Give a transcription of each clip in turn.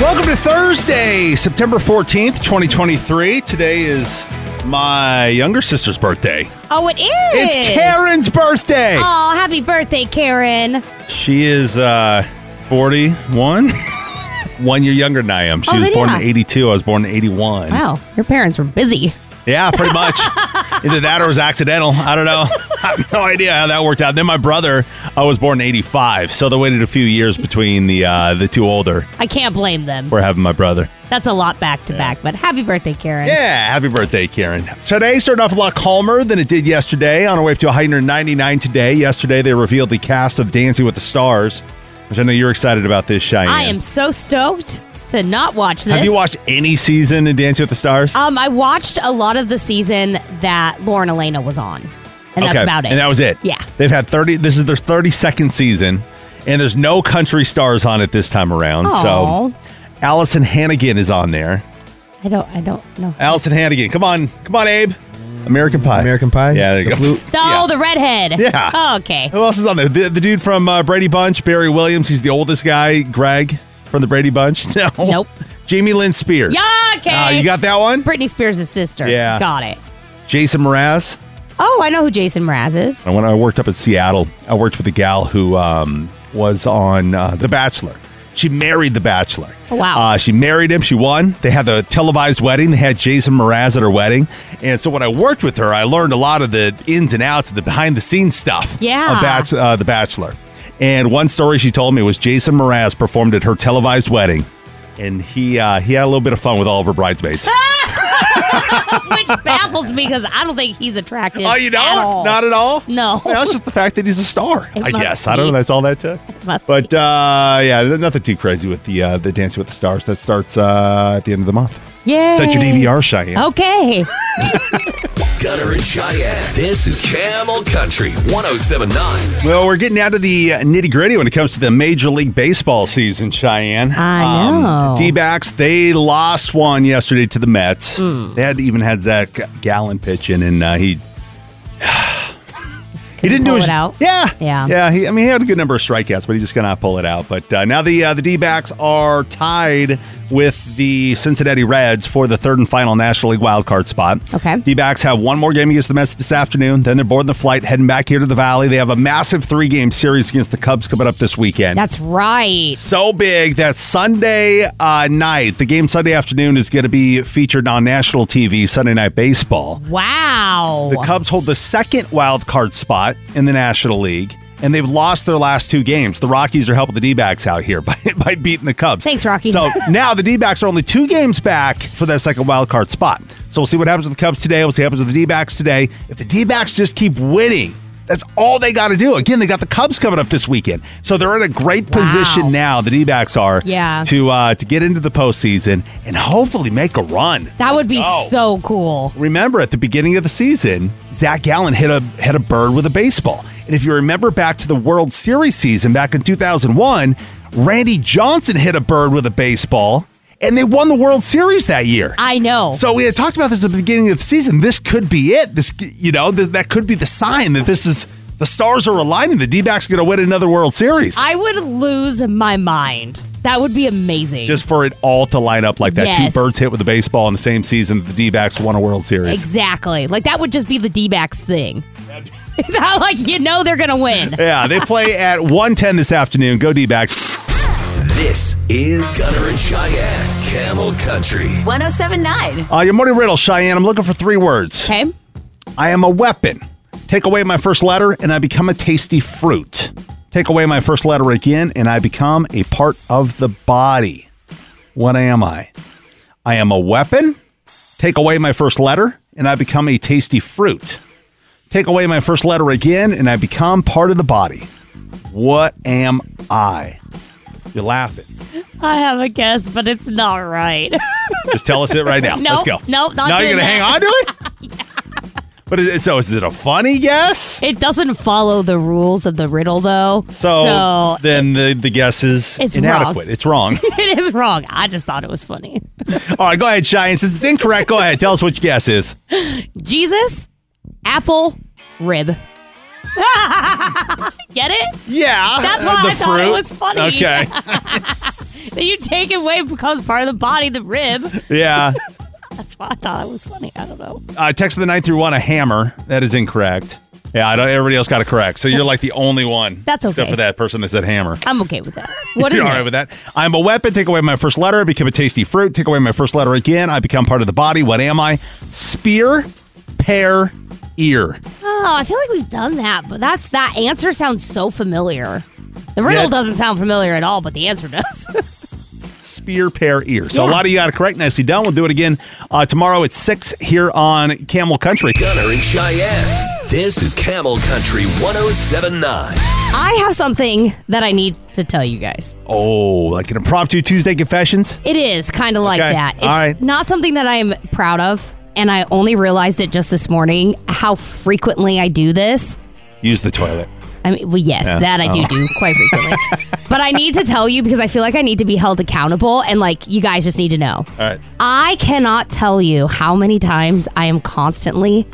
Welcome to Thursday, September 14th, 2023. Today is my younger sister's birthday. Oh, it is. It's Karen's birthday. Oh, happy birthday, Karen. She is uh, 41. One year younger than I am. She Oh, was then born yeah. in 82. I was born in 81. Wow, your parents were busy. Yeah, pretty much. Either that or it was accidental. I don't know. I have no idea how that worked out. Then my brother, I was born in 85. So they waited a few years between the uh, the two older I can't blame them. for having my brother. That's a lot back to back, but happy birthday, Karen. Yeah, happy birthday, Karen. Today started off a lot calmer than it did yesterday. On our way up to 199 today. Yesterday, they revealed the cast of Dancing with the Stars, which I know you're excited about this, Cheyenne. I am so stoked to not watch this. Have you watched any season of Dancing with the Stars? Um, I watched a lot of the season that Lauren Elena was on, and that's about it. And that was it. Yeah. They've had 30, this is their 32nd season, and there's no country stars on it this time around. Aw. So Allison Hannigan is on there. I don't. I don't know. Allison Hannigan, come on, come on, Abe. American Pie. American Pie. Yeah, there you go. The Flute. Yeah. Oh, the redhead. Yeah. Oh, okay. Who else is on there? The, the dude from uh, Brady Bunch, Barry Williams. He's the oldest guy. Greg from the Brady Bunch. No. Nope. Jamie Lynn Spears. Yeah. Okay. Ah, you got that one? Britney Spears' sister. Yeah. Got it. Jason Mraz. Oh, I know who Jason Mraz is. And when I worked up in Seattle, I worked with a gal who um, was on uh, The Bachelor. She married The Bachelor. Oh, wow. Uh, she married him. She won. They had the televised wedding. They had Jason Mraz at her wedding. And so when I worked with her, I learned a lot of the ins and outs of the behind the scenes stuff. Yeah. Of Bach- uh, the Bachelor. And one story she told me was Jason Mraz performed at her televised wedding. And he uh, he had a little bit of fun with all of her bridesmaids. Which baffles me because I don't think he's attractive. oh, you don't? At all. Not at all? No. Well, it's just the fact that he's a star, It I must guess. I don't be. know. That's all that took. Must But uh, yeah, nothing too crazy with the uh, the Dancing with the Stars. That starts uh, at the end of the month. Yeah. Set your DVR, Cheyenne. Okay. Gunner and Cheyenne. This is Camel Country 1079. Well, we're getting out of the nitty gritty when it comes to the Major League Baseball season, Cheyenne. I know. D backs, they lost one yesterday to the Mets. Hmm. They had even had Zach Gallen pitching, and uh, he he didn't do pull his it out. Yeah, Yeah. yeah. He, I mean, he had a good number of strikeouts, but he just cannot pull it out. But uh, now the uh, the D backs are tied with the Cincinnati Reds for the third and final National League wild card spot. Okay. D backs have one more game against the Mets this afternoon. Then they're boarding the flight, heading back here to the Valley. They have a massive three game series against the Cubs coming up this weekend That's right. so big that Sunday uh, night, the game Sunday afternoon is going to be featured on national TV, Sunday Night Baseball. Wow. The Cubs hold the second wild card spot in the National League, and they've lost their last two games. The Rockies are helping the D-backs out here by, by beating the Cubs. Thanks, Rockies. So now the D-backs are only two games back for that second wild card spot. So we'll see what happens with the Cubs today. We'll see what happens with the D-backs today. If the D-backs just keep winning, that's all they got to do. Again, they got the Cubs coming up this weekend, so they're in a great Wow. position now. The D-backs are Yeah. to uh, to get into the postseason and hopefully make a run. that would be go. so cool. Remember at the beginning of the season, Zach Gallen hit a hit a bird with a baseball. And if you remember back to the World Series season back in 2001, Randy Johnson hit a bird with a baseball and they won the World Series that year. I know. so we had talked about this at the beginning of the season. This could be it. This you know, th- that could be the sign that this is the stars are aligning. The D-backs are going to win another World Series. I would lose my mind. That would be amazing. just for it all to line up like that. Two Yes. birds hit with a baseball in the same season that the D-backs won a World Series. exactly. Like that would just be the D backs thing. like you know they're gonna win. Yeah, they play at 110 this afternoon. Go D-backs. This is Gunner and Cheyenne. Camel Country. 1079. Uh, your morning riddle, Cheyenne. I'm looking for three words. Okay. I am a weapon. Take away my first letter, and I become a tasty fruit. Take away my first letter again, and I become a part of the body. What am I? I am a weapon. Take away my first letter, and I become a tasty fruit. Take away my first letter again, and I become part of the body. What am I? You're laughing. I have a guess, but it's not right. Just tell us it right now. Let's Nope, go. nope, not now you're doing gonna that. hang on to it. But is it, so is it a funny guess? it doesn't follow the rules of the riddle, though. So, then the, the guess is It's wrong. inadequate. It's wrong. it is wrong. I just thought it was funny. All right, go ahead, Cheyenne. Since it's incorrect, go ahead. Tell us what your guess is. Jesus, apple, rib. Get it? Yeah. That's why the I thought it fruit. was funny. Okay. That you take away because part of the body, the rib. yeah. That's why I thought it was funny. I don't know. Uh, text of the nine through one, a hammer. That is incorrect. Yeah, I don't, everybody else got it correct. So you're like the only one. That's Except okay. for that person that said hammer. I'm okay with that. What is You're it? all right with that? I'm a weapon. Take away my first letter. I become a tasty fruit. Take away my first letter again. I become part of the body. What am I? Spear, pear, ear. Oh, I feel like we've done that, but that's that answer sounds so familiar. The riddle Yeah. doesn't sound familiar at all, but the answer does. Spear, pear, ear. So a Yeah. lot of you got it correct. Nicely done. We'll do it again uh, tomorrow at 6 here on Camel Country. Gunner and Cheyenne. This is Camel Country 1079. I have something that I need to tell you guys. Oh, like an impromptu Tuesday confessions? It is kind of like Okay. that. It's All right. not something that I am proud of, and I only realized it just this morning how frequently I do this. Use the toilet. I mean, well, yes, Yeah. that I do Oh. do quite frequently. but I need to tell you because I feel like I need to be held accountable, and like you guys just need to know. All right. I cannot tell you how many times I am constantly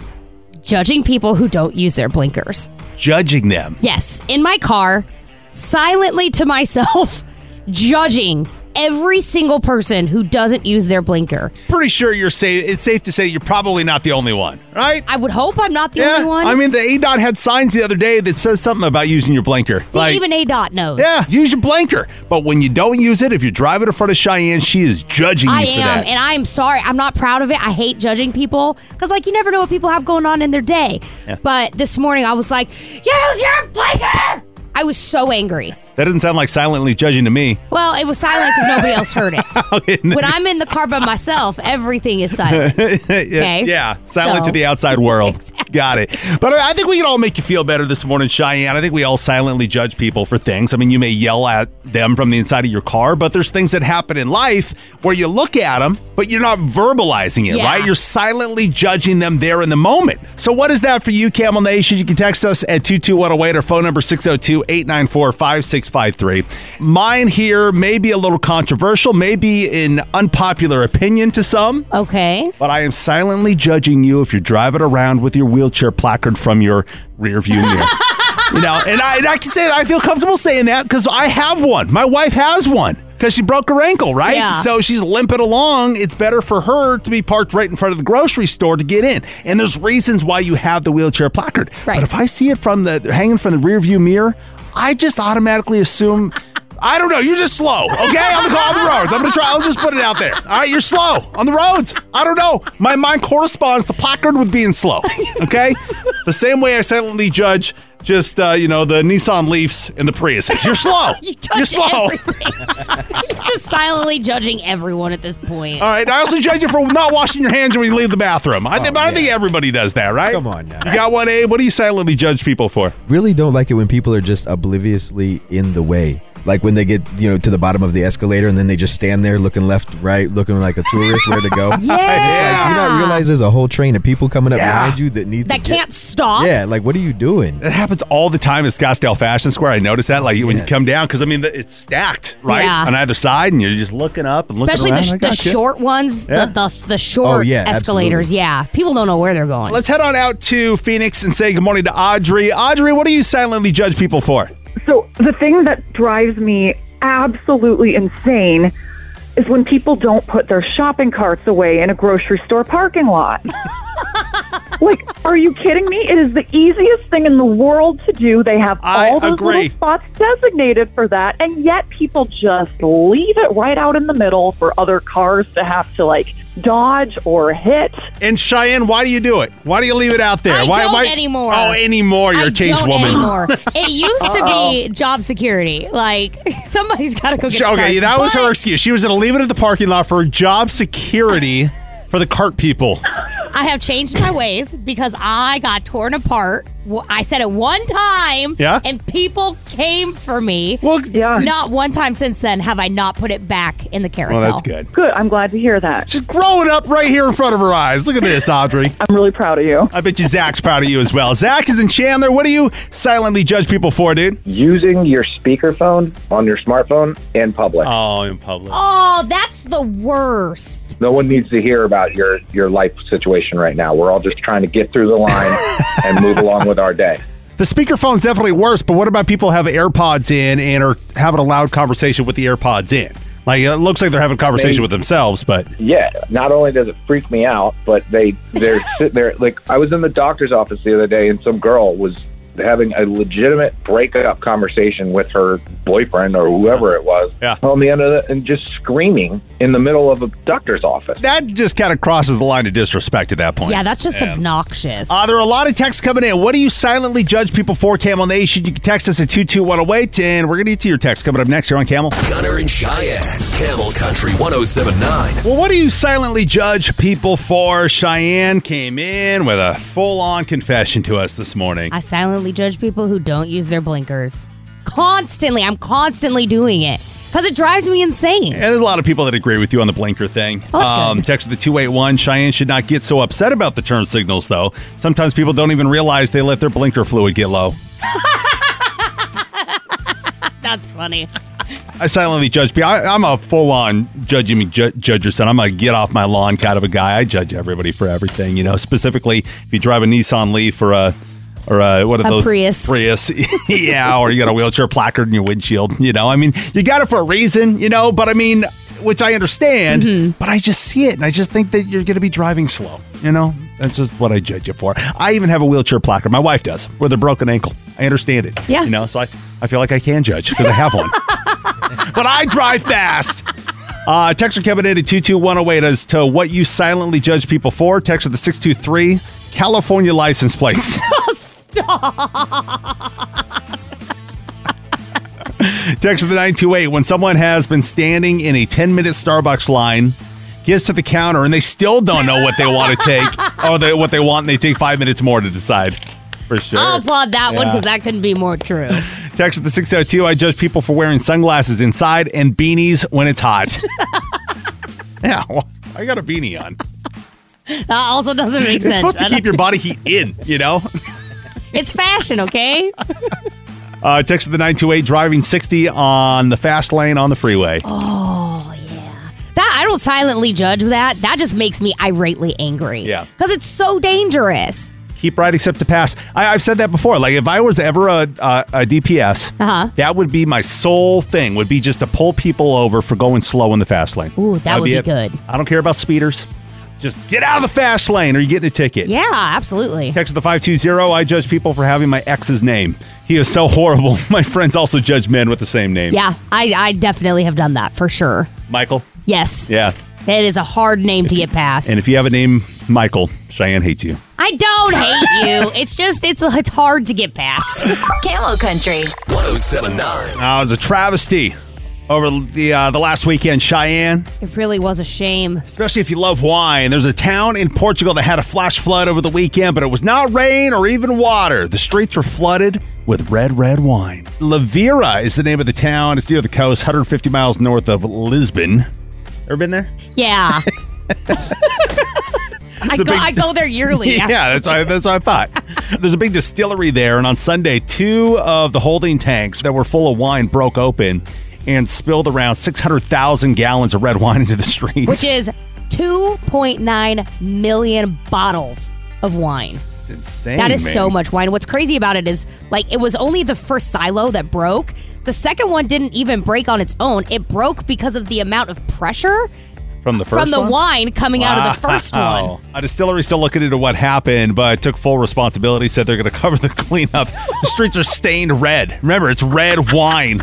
judging people who don't use their blinkers. Judging them. Yes, in my car, silently to myself, judging every single person who doesn't use their blinker. Pretty sure you're safe. It's safe to say you're probably not the only one, right? I would hope I'm not the only one. I mean, the A dot had signs the other day that says something about using your blinker. See, even A dot knows. yeah, use your blinker. But when you don't use it, if you're driving in front of Cheyenne, she is judging I you for am, that. and I am sorry. I'm not proud of it. I hate judging people because, like, you never know what people have going on in their day. But this morning, I was like, "Use your blinker!" I was so angry. that doesn't sound like silently judging to me. Well, it was silent because nobody else heard it. when I'm in the car by myself, everything is silent. yeah, Okay. yeah, silent to So- the outside world. Got it. But I I think we can all make you feel better this morning, Cheyenne. I think we all silently judge people for things. I mean, you may yell at them from the inside of your car, but there's things that happen in life where you look at them, but you're not verbalizing it, Yeah. right? You're silently judging them there in the moment. So, what is that for you, Camel Nation? You can text us at 22108 or phone number 602 894 5653. Mine here may be a little controversial, maybe an unpopular opinion to some. Okay. But I am silently judging you if you're driving around with your wheelchair placard from your rear view mirror. you know, and I, and I can say that I feel comfortable saying that because I have one. My wife has one because she broke her ankle, right? Yeah. So she's limping along. It's better for her to be parked right in front of the grocery store to get in. And there's reasons why you have the wheelchair placard. Right. But if I see it from the hanging from the rear view mirror, I just automatically assume. I don't know. You're just slow, okay? I'm gonna go on the roads. I'm gonna try. I'll just put it out there. All right, you're slow on the roads. I don't know. My mind corresponds the placard with being slow, okay? the same way I silently judge just uh, you know the Nissan Leafs and the Priuses. You're slow. You are judge slow. everything. it's just silently judging everyone at this point. All right. I also judge you for not washing your hands when you leave the bathroom. I, think, but I think everybody does that, right? Come on now. You got one, Abe? What do you silently judge people for? really don't like it when people are just obliviously in the way. Like when they get, you know, to the bottom of the escalator and then they just stand there looking left, right, looking like a tourist where to go. Yeah. Like, do you not realize there's a whole train of people coming up Yeah. behind you that need that to get- can't stop. Yeah, like what are you doing? That happens all the time at Scottsdale Fashion Square. I notice that, like when you come down, because I mean the- it's stacked right Yeah. on either side, and you're just looking up and Especially the, looking sh- around. I the gotcha. short ones, Yeah. the, the the short Oh, yeah, escalators. absolutely. Yeah, people don't know where they're going. Let's head on out to Phoenix and say good morning to Audrey. Audrey, what do you silently judge people for? So the thing that drives me absolutely insane is when people don't put their shopping carts away in a grocery store parking lot. like, are you kidding me? It is the easiest thing in the world to do. They have I all those agree. little spots designated for that, and yet people just leave it right out in the middle for other cars to have to like dodge or hit. And Cheyenne, why do you do it? Why do you leave it out there? I why, don't why- anymore. Oh, anymore. You're I a changed don't woman. anymore. It used to be job security. Like somebody's got to go get. Sh- the Okay, cards. that was But her excuse. She was going to leave it at the parking lot for job security for the cart people. I have changed my ways because I got torn apart w- I said it one time. Yeah? And people came for me. Well, Yeah. Not one time since then have I not put it back in the carousel. well, that's good. Good. I'm glad to hear that. She's growing up right here in front of her eyes. Look at this, Audrey. I'm really proud of you. I bet you Zach's proud of you as well. Zach is in Chandler. What do you silently judge people for, dude? using your speakerphone on your smartphone in public. Oh, in public. Oh, that's the worst. no one needs to hear about your, your life situation right now. We're all just trying to get through the line and move along with our day. The speakerphone's definitely worse, but what about people who have AirPods in and are having a loud conversation with the AirPods in? Like it looks like they're having a conversation They- with themselves, but Yeah, not only does it freak me out, but they they're sit there like I was in the doctor's office the other day and some girl was having a legitimate breakup conversation with her boyfriend or whoever it was Yeah. on the end of the, and just screaming in the middle of a doctor's office. that just kind of crosses the line of disrespect at that point. Yeah, that's just obnoxious. Uh, there are a lot of texts coming in. What do you silently judge people for, Camel Nation? You can text us at 22108, and we're going to get to your text coming up next here on Camel. Gunner and Cheyenne, Camel Country 1079. Well, what do you silently judge people for? Cheyenne came in with a full on confession to us this morning. I silently judge people who don't use their blinkers. Constantly. I'm constantly doing it because it drives me insane. And there's a lot of people that agree with you on the blinker thing. Um, Oh, that's good. text the 281. Cheyenne should not get so upset about the turn signals, though. Sometimes people don't even realize they let their blinker fluid get low. That's funny. I silently judge people. I, I'm a full on judge me, ju- judge your son. I'm a get off my lawn kind of a guy. I judge everybody for everything, you know, specifically if you drive a Nissan Leaf or a. Or uh, what are A those Prius. Prius, yeah. Or you got a wheelchair placard in your windshield. You know, I mean, you got it for a reason. You know, but I mean, which I understand. But I just see it, and I just think that you're going to be driving slow. You know, that's just what I judge you for. I even have a wheelchair placard. My wife does with a broken ankle. I understand it. Yeah. You know, so I, I feel like I can judge because I have one but I drive fast. Uh, text are coming in at 22108 as to what you silently judge people for. Text with the 623 California license plates. Text with the 928 when someone has been standing in a 10 minute Starbucks line, gets to the counter, and they still don't know what they want to take or they, what they want, and they take five minutes more to decide. For sure. I'll applaud that one Yeah. because that couldn't be more true. Text at the 602. I judge people for wearing sunglasses inside and beanies when it's hot. yeah, well, I got a beanie on. That also doesn't make It's sense. supposed to keep your body heat in, you know? It's fashion, okay? Uh, text at the 928. Driving 60 on the fast lane on the freeway. That I don't silently judge that. That just makes me irately angry. Yeah. Because it's so dangerous. Keep right except to pass. I, I've said that before. Like, if I was ever a, a, a DPS, Uh-huh. that would be my sole thing, would be just to pull people over for going slow in the fast lane. Ooh, that That'd would be it. good. I don't care about speeders. Just get out of the fast lane or you're getting a ticket. Yeah, absolutely. Text the 520. I judge people for having my ex's name. He is so horrible. My friends also judge men with the same name. Yeah, I, I definitely have done that for sure. Michael. Yes. Yeah. It is a hard name to get past. And if you have a name Michael, Cheyenne hates you. I don't hate you. It's just it's it's hard to get past. Camel Country. 1079. Uh, it was a travesty over the uh, the last weekend. Cheyenne, It really was a shame. especially if you love wine, there's a town in Portugal that had a flash flood over the weekend, but it was not rain or even water. The streets were flooded with red, red wine. Lavira is the name of the town. It's near the coast, 150 miles north of Lisbon. Ever been there? Yeah. I go, big- I go there yearly. Yeah, that's what, I- that's what I thought. There's a big distillery there, and on Sunday, two of the holding tanks that were full of wine broke open and spilled around 600,000 gallons of red wine into the streets. Which is 2.9 million bottles of wine. It's insane. That is so man. much wine. What's crazy about it is, like, it was only the first silo that broke. The second one didn't even break on its own. It broke because of the amount of pressure from the first from the one? wine coming out of the first one. Wow. Oh. A distillery still looking into what happened, but took full responsibility. Said they're going to cover the cleanup. the streets are stained red. Remember, it's red wine.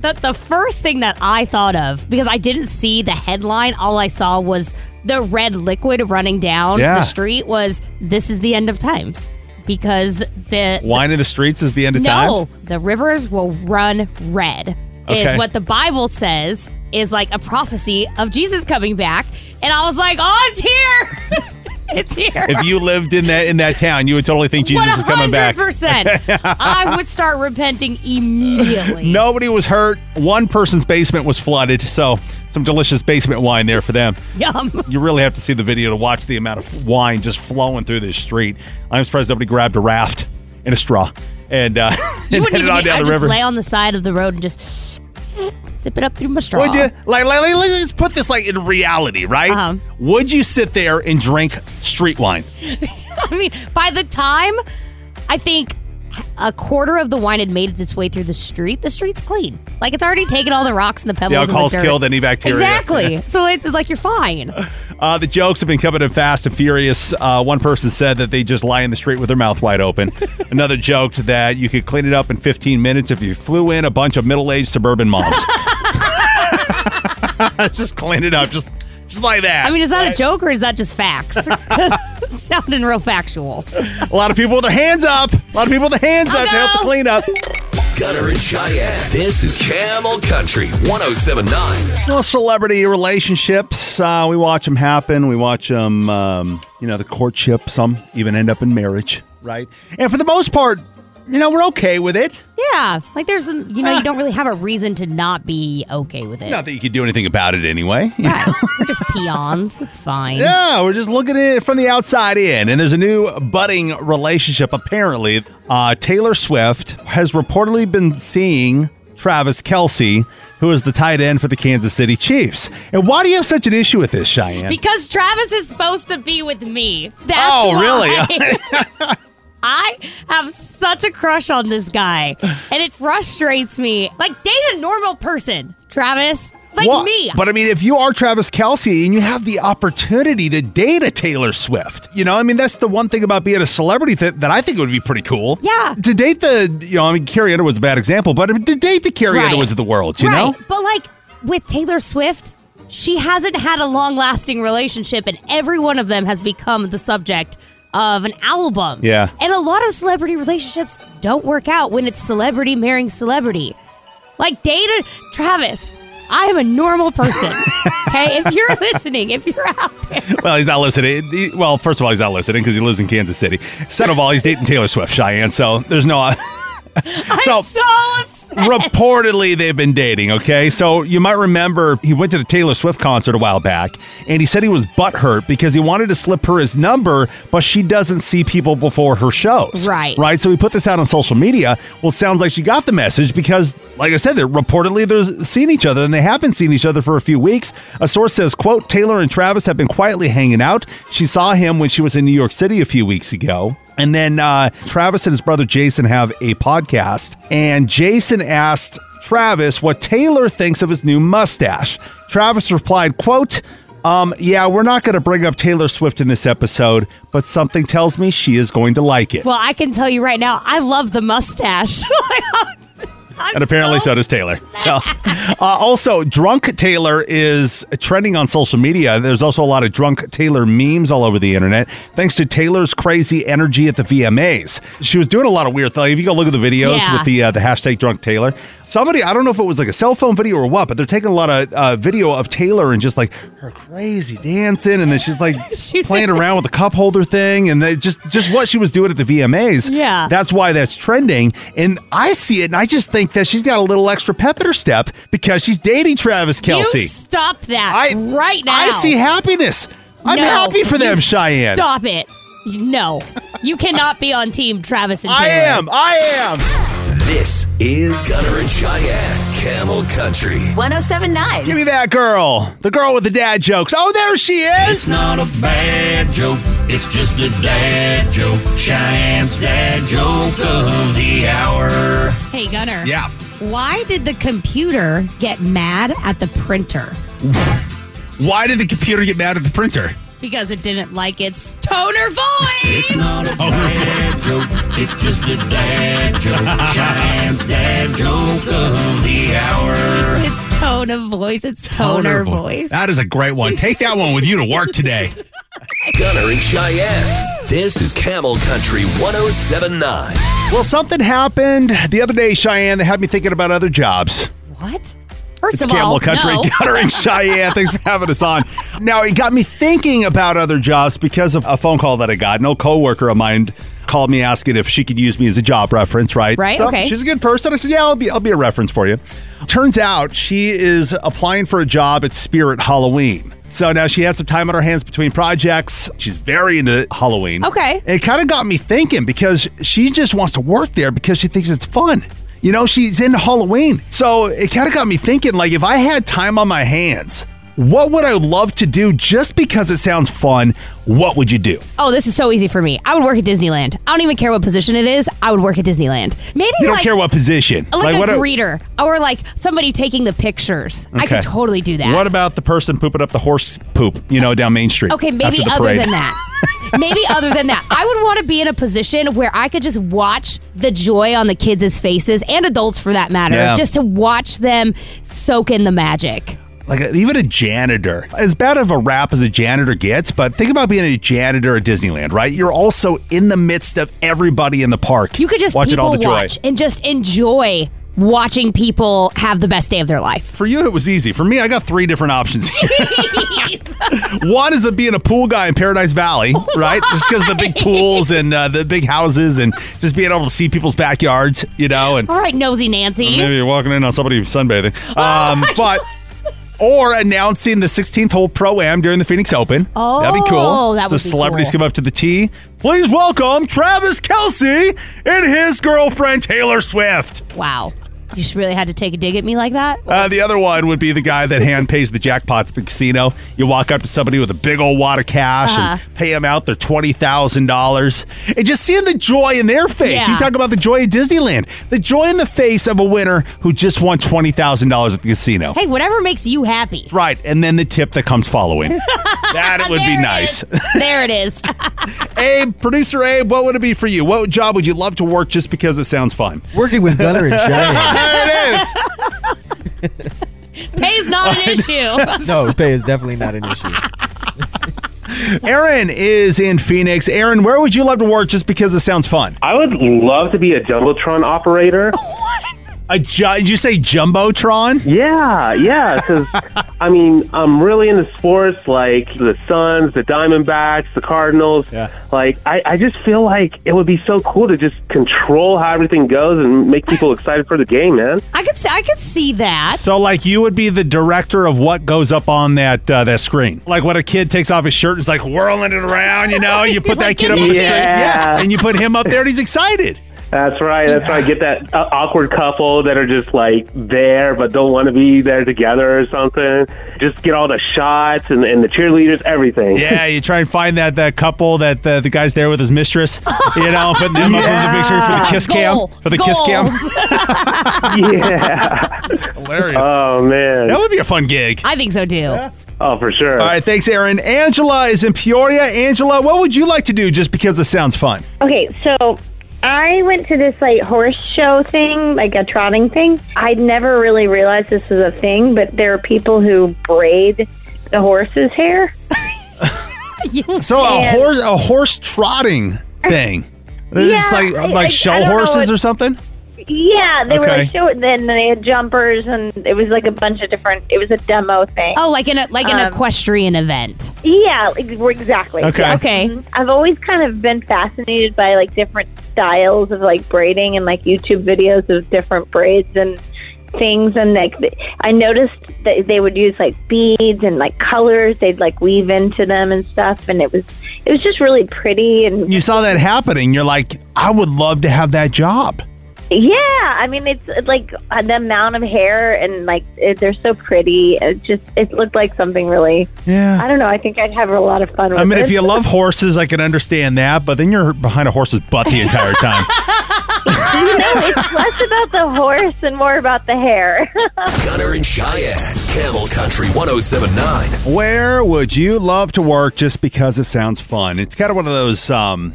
The, the first thing that I thought of, because I didn't see the headline, all I saw was the red liquid running down Yeah. the street, was this is the end of times. Because the. Wine in the streets is the end of No, times. the rivers will run red. Okay. Is what the Bible says is like a prophecy of Jesus coming back. And I was like, oh, it's here. it's here. If you lived in that in that town, you would totally think Jesus is coming back. 100%. I would start repenting immediately. Nobody was hurt. One person's basement was flooded, so some delicious basement wine there for them. Yum. You really have to see the video to watch the amount of wine just flowing through this street. I'm surprised nobody grabbed a raft and a straw and uh, You and headed wouldn't even on be, down I the just river. lay on the side of the road and just sip it up through my straw. Would you like, like, like, Let's put this like in reality, right? Uh-huh. Would you sit there and drink street wine? I mean, by the time I think a quarter of the wine had made its way through the street, the street's clean. Like it's already taken all the rocks and the pebbles. The and the alcohol's dirt. killed any bacteria. Exactly. so it's like you're fine. Uh, the jokes have been coming in fast and furious. Uh, one person said that they just lie in the street with their mouth wide open. Another joked that you could clean it up in 15 minutes if you flew in a bunch of middle-aged suburban moms. just clean it up, just just like that. I mean, is that a joke or is that just facts? 'Cause it's sounding real factual. a lot of people with their hands up. A lot of people with their hands Oh, up to help the no. cleanup. Gunner and Cheyenne. This is Camel Country 1079. Well, celebrity relationships, uh, we watch them happen. We watch them, um, you know, the courtship. Some even end up in marriage, right? And for the most part, you know, we're okay with it. Yeah, like there's an, you know you don't really have a reason to not be okay with it. Not that you could do anything about it anyway. Right. We're just peons. It's fine. Yeah, we're just looking at it from the outside in. And there's a new budding relationship, apparently. Uh, Taylor Swift has reportedly been seeing Travis Kelsey, who is the tight end for the Kansas City Chiefs. And why do you have such an issue with this, Cheyenne? Because Travis is supposed to be with me. That's Oh, why. really? I have such a crush on this guy, and it frustrates me. Like, date a normal person, Travis. Like Why- me. But I mean, if you are Travis Kelsey and you have the opportunity to date a Taylor Swift, you know, I mean, that's the one thing about being a celebrity that, that I think would be pretty cool. Yeah. To date the, you know, I mean, Carrie Underwood's a bad example, but I mean, to date the Carrie Right. Underwoods of the world, you right. know? But like with Taylor Swift, she hasn't had a long lasting relationship, and every one of them has become the subject of an album. Yeah. And a lot of celebrity relationships don't work out when it's celebrity marrying celebrity. Like data Travis. I am a normal person. okay, if you're listening, if you're out there, Well, he's not listening. He- well, first of all, he's not listening because he lives in Kansas City. Second of all, he's dating Taylor Swift, Cheyenne, so there's no. Oh. I'm so upset. reportedly they've been dating okay so you might remember he went to the taylor swift concert a while back and he said he was butthurt because he wanted to slip her his number but she doesn't see people before her shows Right. right so he put this out on social media well it sounds like she got the message because like i said they're reportedly they're seeing each other and they haven't seen each other for a few weeks a source says quote taylor and travis have been quietly hanging out she saw him when she was in new york city a few weeks ago and then uh, Travis and his brother Jason have a podcast. And Jason asked Travis what Taylor thinks of his new mustache. Travis replied, quote, um, yeah, we're not going to bring up Taylor Swift in this episode, but something tells me she is going to like it. Well, I can tell you right now, I love the mustache. I'm and apparently so, so does Taylor. So, uh, also, drunk Taylor is trending on social media. There's also a lot of drunk Taylor memes all over the internet, thanks to Taylor's crazy energy at the VMAs. She was doing a lot of weird things. If you go look at the videos Yeah. with the uh, the hashtag drunk Taylor, somebody I don't know if it was like a cell phone video or what, but they're taking a lot of uh, video of Taylor and just like her crazy dancing, and then she's like She's- playing around with the cup holder thing, and they just just what she was doing at the VMAs. Yeah. That's why that's trending. And I see it and I just think that she's got a little extra pep in her step because she's dating Travis Kelsey. You stop that I right now. I see happiness. I'm No. happy for them, You Cheyenne. Stop it. No. You cannot be on team Travis and I Taylor. am. I am. This is Gunner and Cheyenne. Camel Country. 1079. Give me that girl. The girl with the dad jokes. Oh, there she is. It's not a bad joke. It's just a dad joke. Cheyenne's dad joke of the hour. Hey, Gunner. Yeah. Why did the computer get mad at the printer? Why did the computer get mad at the printer? Because it didn't like its toner voice. Not a Oh. bad joke. It's just a dad joke. Cheyenne's dad joke of the hour. its tone of voice. Its toner, voice. That is a great one. Take that one with you to work today. Gunner and Cheyenne. This is Camel Country 1079. well, something happened the other day, Cheyenne, that had me thinking about other jobs. What? First It's of Campbell all, Country, no. Gutter and Cheyenne. Thanks for having us on. Now, it got me thinking about other jobs because of a phone call that I got. No coworker of mine called me asking if she could use me as a job reference, right? Right, So, okay. She's a good person. I said, yeah, I'll be, I'll be a reference for you. Turns out she is applying for a job at Spirit Halloween. So now she has some time on her hands between projects. She's very into Halloween. Okay. And it kind of got me thinking because she just wants to work there because she thinks it's fun. You know, she's into Halloween. So it kind of got me thinking like, if I had time on my hands, what would I love to do just because it sounds fun? What would you do? Oh, this is so easy for me. I would work at Disneyland. I don't even care what position it is. I would work at Disneyland. Maybe You don't like, care what position. like, what a greeter or like somebody taking the pictures. I Okay. could totally do that. What about the person pooping up the horse poop, you know, down Main Street? Okay, maybe after the other parade? than that. maybe other than that. I would want to be in a position where I could just watch the joy on the kids' faces and adults for that matter, Yeah. just to watch them soak in the magic. Like a, even a janitor, as bad of a rap as a janitor gets, but think about being a janitor at Disneyland, right? You're also in the midst of everybody in the park. You could just watching people all the joy. watch and just enjoy watching people have the best day of their life. For you, it was easy. For me, I got three different options. here. One is of being a pool guy in Paradise Valley, right? Just because the big pools and uh, the big houses, and just being able to see people's backyards, you know, and All right, nosy Nancy. Maybe you're walking in on somebody sunbathing. Um, but or announcing the 16th hole pro am during the Phoenix Open. Oh, that'd be cool. that so would be celebrities cool. come up to the tee. Please welcome Travis Kelsey and his girlfriend Taylor Swift. Wow. You just really had to take a dig at me like that? Uh, the other one would be the guy that hand pays the jackpots at the casino. You walk up to somebody with a big old wad of cash Uh-huh. and pay them out their twenty thousand dollars, and just seeing the joy in their face. Yeah. You talk about the joy of Disneyland, the joy in the face of a winner who just won twenty thousand dollars at the casino. Hey, whatever makes you happy. Right, and then the tip that comes following. that would be There it nice. is. there it is. Abe, producer Abe, what would it be for you? What job would you love to work just because it sounds fun? Working with Gunner and Cheyenne. There it is. Pay's not an issue. No, pay is definitely not an issue. Aaron is in Phoenix. Aaron, where would you love to work just because it sounds fun? I would love to be a jumbotron operator. A ju- did you say jumbotron? Yeah, yeah. Because I mean, I'm really into sports like the Suns, the Diamondbacks, the Cardinals. Yeah. Like, I, I just feel like it would be so cool to just control how everything goes and make people excited for the game, man. I could see, I could see that. So, like, you would be the director of what goes up on that uh, that screen, like when a kid takes off his shirt and is like whirling it around. You know, you put that kid up on the Yeah. screen, yeah, and you put him up there, and he's excited. That's right. That's right. Get that uh, awkward couple that are just like there but don't want to be there together or something. Just get all the shots and, and the cheerleaders, everything. Yeah, you try and find that that couple that the, the guy's there with his mistress. You know, putting them up in the picture for the kiss Goal. cam for the kiss cam. Goals. yeah. Hilarious. Uh, Oh that man. would be a fun gig. I think so too. Oh, for sure. All right, thanks, Aaron. Angela is in Peoria. Angela, what would you like to do just because it sounds fun? Okay, so I went to this like horse show thing, like a trotting thing. I'd never really realized this was a thing, but there are people who braid the horse's hair. So a And- horse, a horse trotting thing. They're Yeah, just like I- like I- I show don't know horses what- or something. Yeah, they were Okay. like short. Then they had jumpers, and it was like a bunch of different. It was a demo thing. Oh, like in a like an Um, equestrian event. yeah, like, exactly. Okay. Yeah. Okay. Mm-hmm. I've always kind of been fascinated by like different styles of like braiding and like YouTube videos of different braids and things and like th- I noticed that they would use like beads and like colors they'd like weave into them and stuff and it was it was just really pretty and You saw that happening. You're like, I would love to have that job. yeah I mean it's it's, like uh, the amount of hair and like it, they're so pretty it just it looked like something really Yeah. I don't know I think I'd have a lot of fun with I mean, it. if you love horses, I can understand that, but then you're behind a horse's butt the entire time. no it's less about the horse and more about the hair Gunner and Cheyenne, Camel Country 1079. Where would you love to work just because it sounds fun? It's kind of one of those um,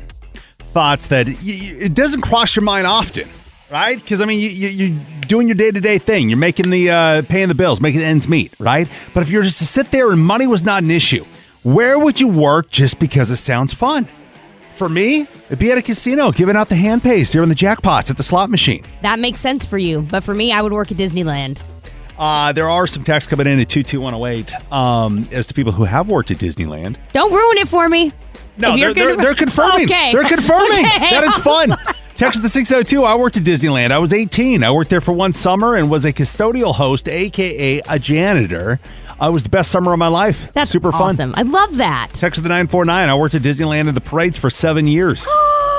thoughts that y- y- it doesn't cross your mind often, right? Because I mean, you, you, you're doing your day to day thing, you're making the uh, paying the bills, making the ends meet, right? But if you were just to sit there and money was not an issue, where would you work just because it sounds fun? For me, it'd be at a casino, giving out the hand pays during the jackpots at the slot machine. That makes sense for you, but for me, I would work at Disneyland. Uh, there are some texts coming in at 22108 um, as to people who have worked at Disneyland. Don't ruin it for me. No, they're, If you're they're, gonna- they're confirming. Okay. They're confirming Okay. that it's fun. Text the 602. I worked at Disneyland. I was 18. I worked there for one summer and was a custodial host, aka a janitor. Uh, it was the best summer of my life. That's super awesome. fun. I love that. Text the 949. I worked at Disneyland and the parades for seven years.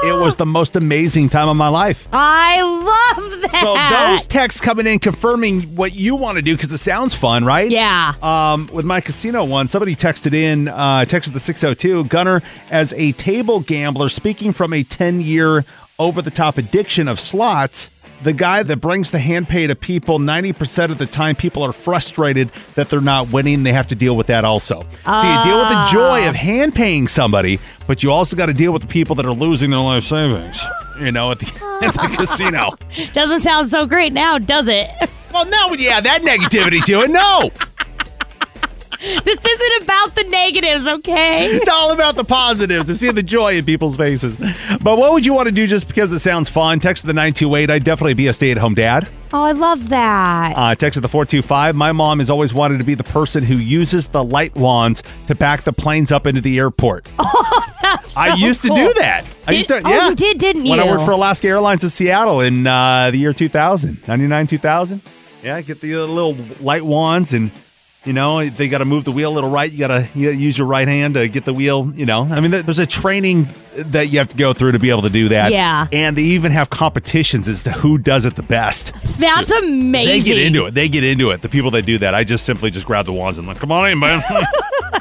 it was the most amazing time of my life. I love that. So those texts coming in confirming what you want to do because it sounds fun, right? Yeah. Um, with my casino one, somebody texted in, uh, texted the 602, Gunner, as a table gambler, speaking from a 10 year over the top addiction of slots, the guy that brings the hand pay to people, 90% of the time, people are frustrated that they're not winning. They have to deal with that also. So you deal with the joy of hand paying somebody, but you also got to deal with the people that are losing their life savings, you know, at the, at the casino. Doesn't sound so great now, does it? Well, no, when you add that negativity to it, no. this isn't about the negatives, okay? It's all about the positives to see the joy in people's faces. But what would you want to do just because it sounds fun? Text to the 928. I'd definitely be a stay at home dad. Oh, I love that. Uh, text to the 425. My mom has always wanted to be the person who uses the light wands to back the planes up into the airport. Oh, I used to do that. I used to, Did- oh, yeah. you did, didn't When I you? worked for Alaska Airlines in Seattle in uh, the year 2000, 99, 2000. Yeah, get the uh, little light wands and, you know, they got to move the wheel a little right. You got to use your right hand to get the wheel, you know. I mean, there- there's a training that you have to go through to be able to do that. Yeah. And they even have competitions as to who does it the best. That's amazing. They get into it. They get into it. The people that do that, I just simply just grab the wands and like, come on in, man.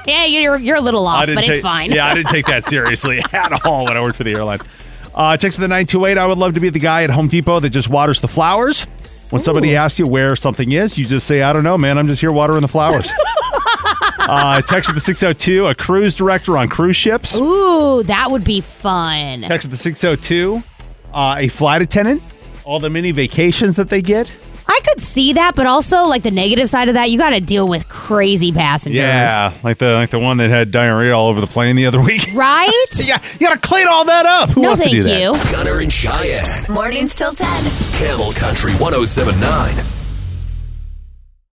yeah, you're, you're a little I off, didn't but it's take- fine. Yeah, I didn't take that seriously at all when I worked for the airline. Uh, text for the 928. I would love to be the guy at Home Depot that just waters the flowers. When somebody asks you where something is, you just say, I don't know, man. I'm just here watering the flowers. uh, text at the 602. A cruise director on cruise ships. Ooh, that would be fun. Text at the 602. Uh, a flight attendant. All the mini vacations that they get. I could see that, but also like the negative side of that, you got to deal with crazy passengers. Yeah, like the like the one that had diarrhea all over the plane the other week. Right? yeah, you gotta clean all that up. Who No, wants to do thank that? you. Gunner and Cheyenne. Mornings till 10. Camel Country 1079.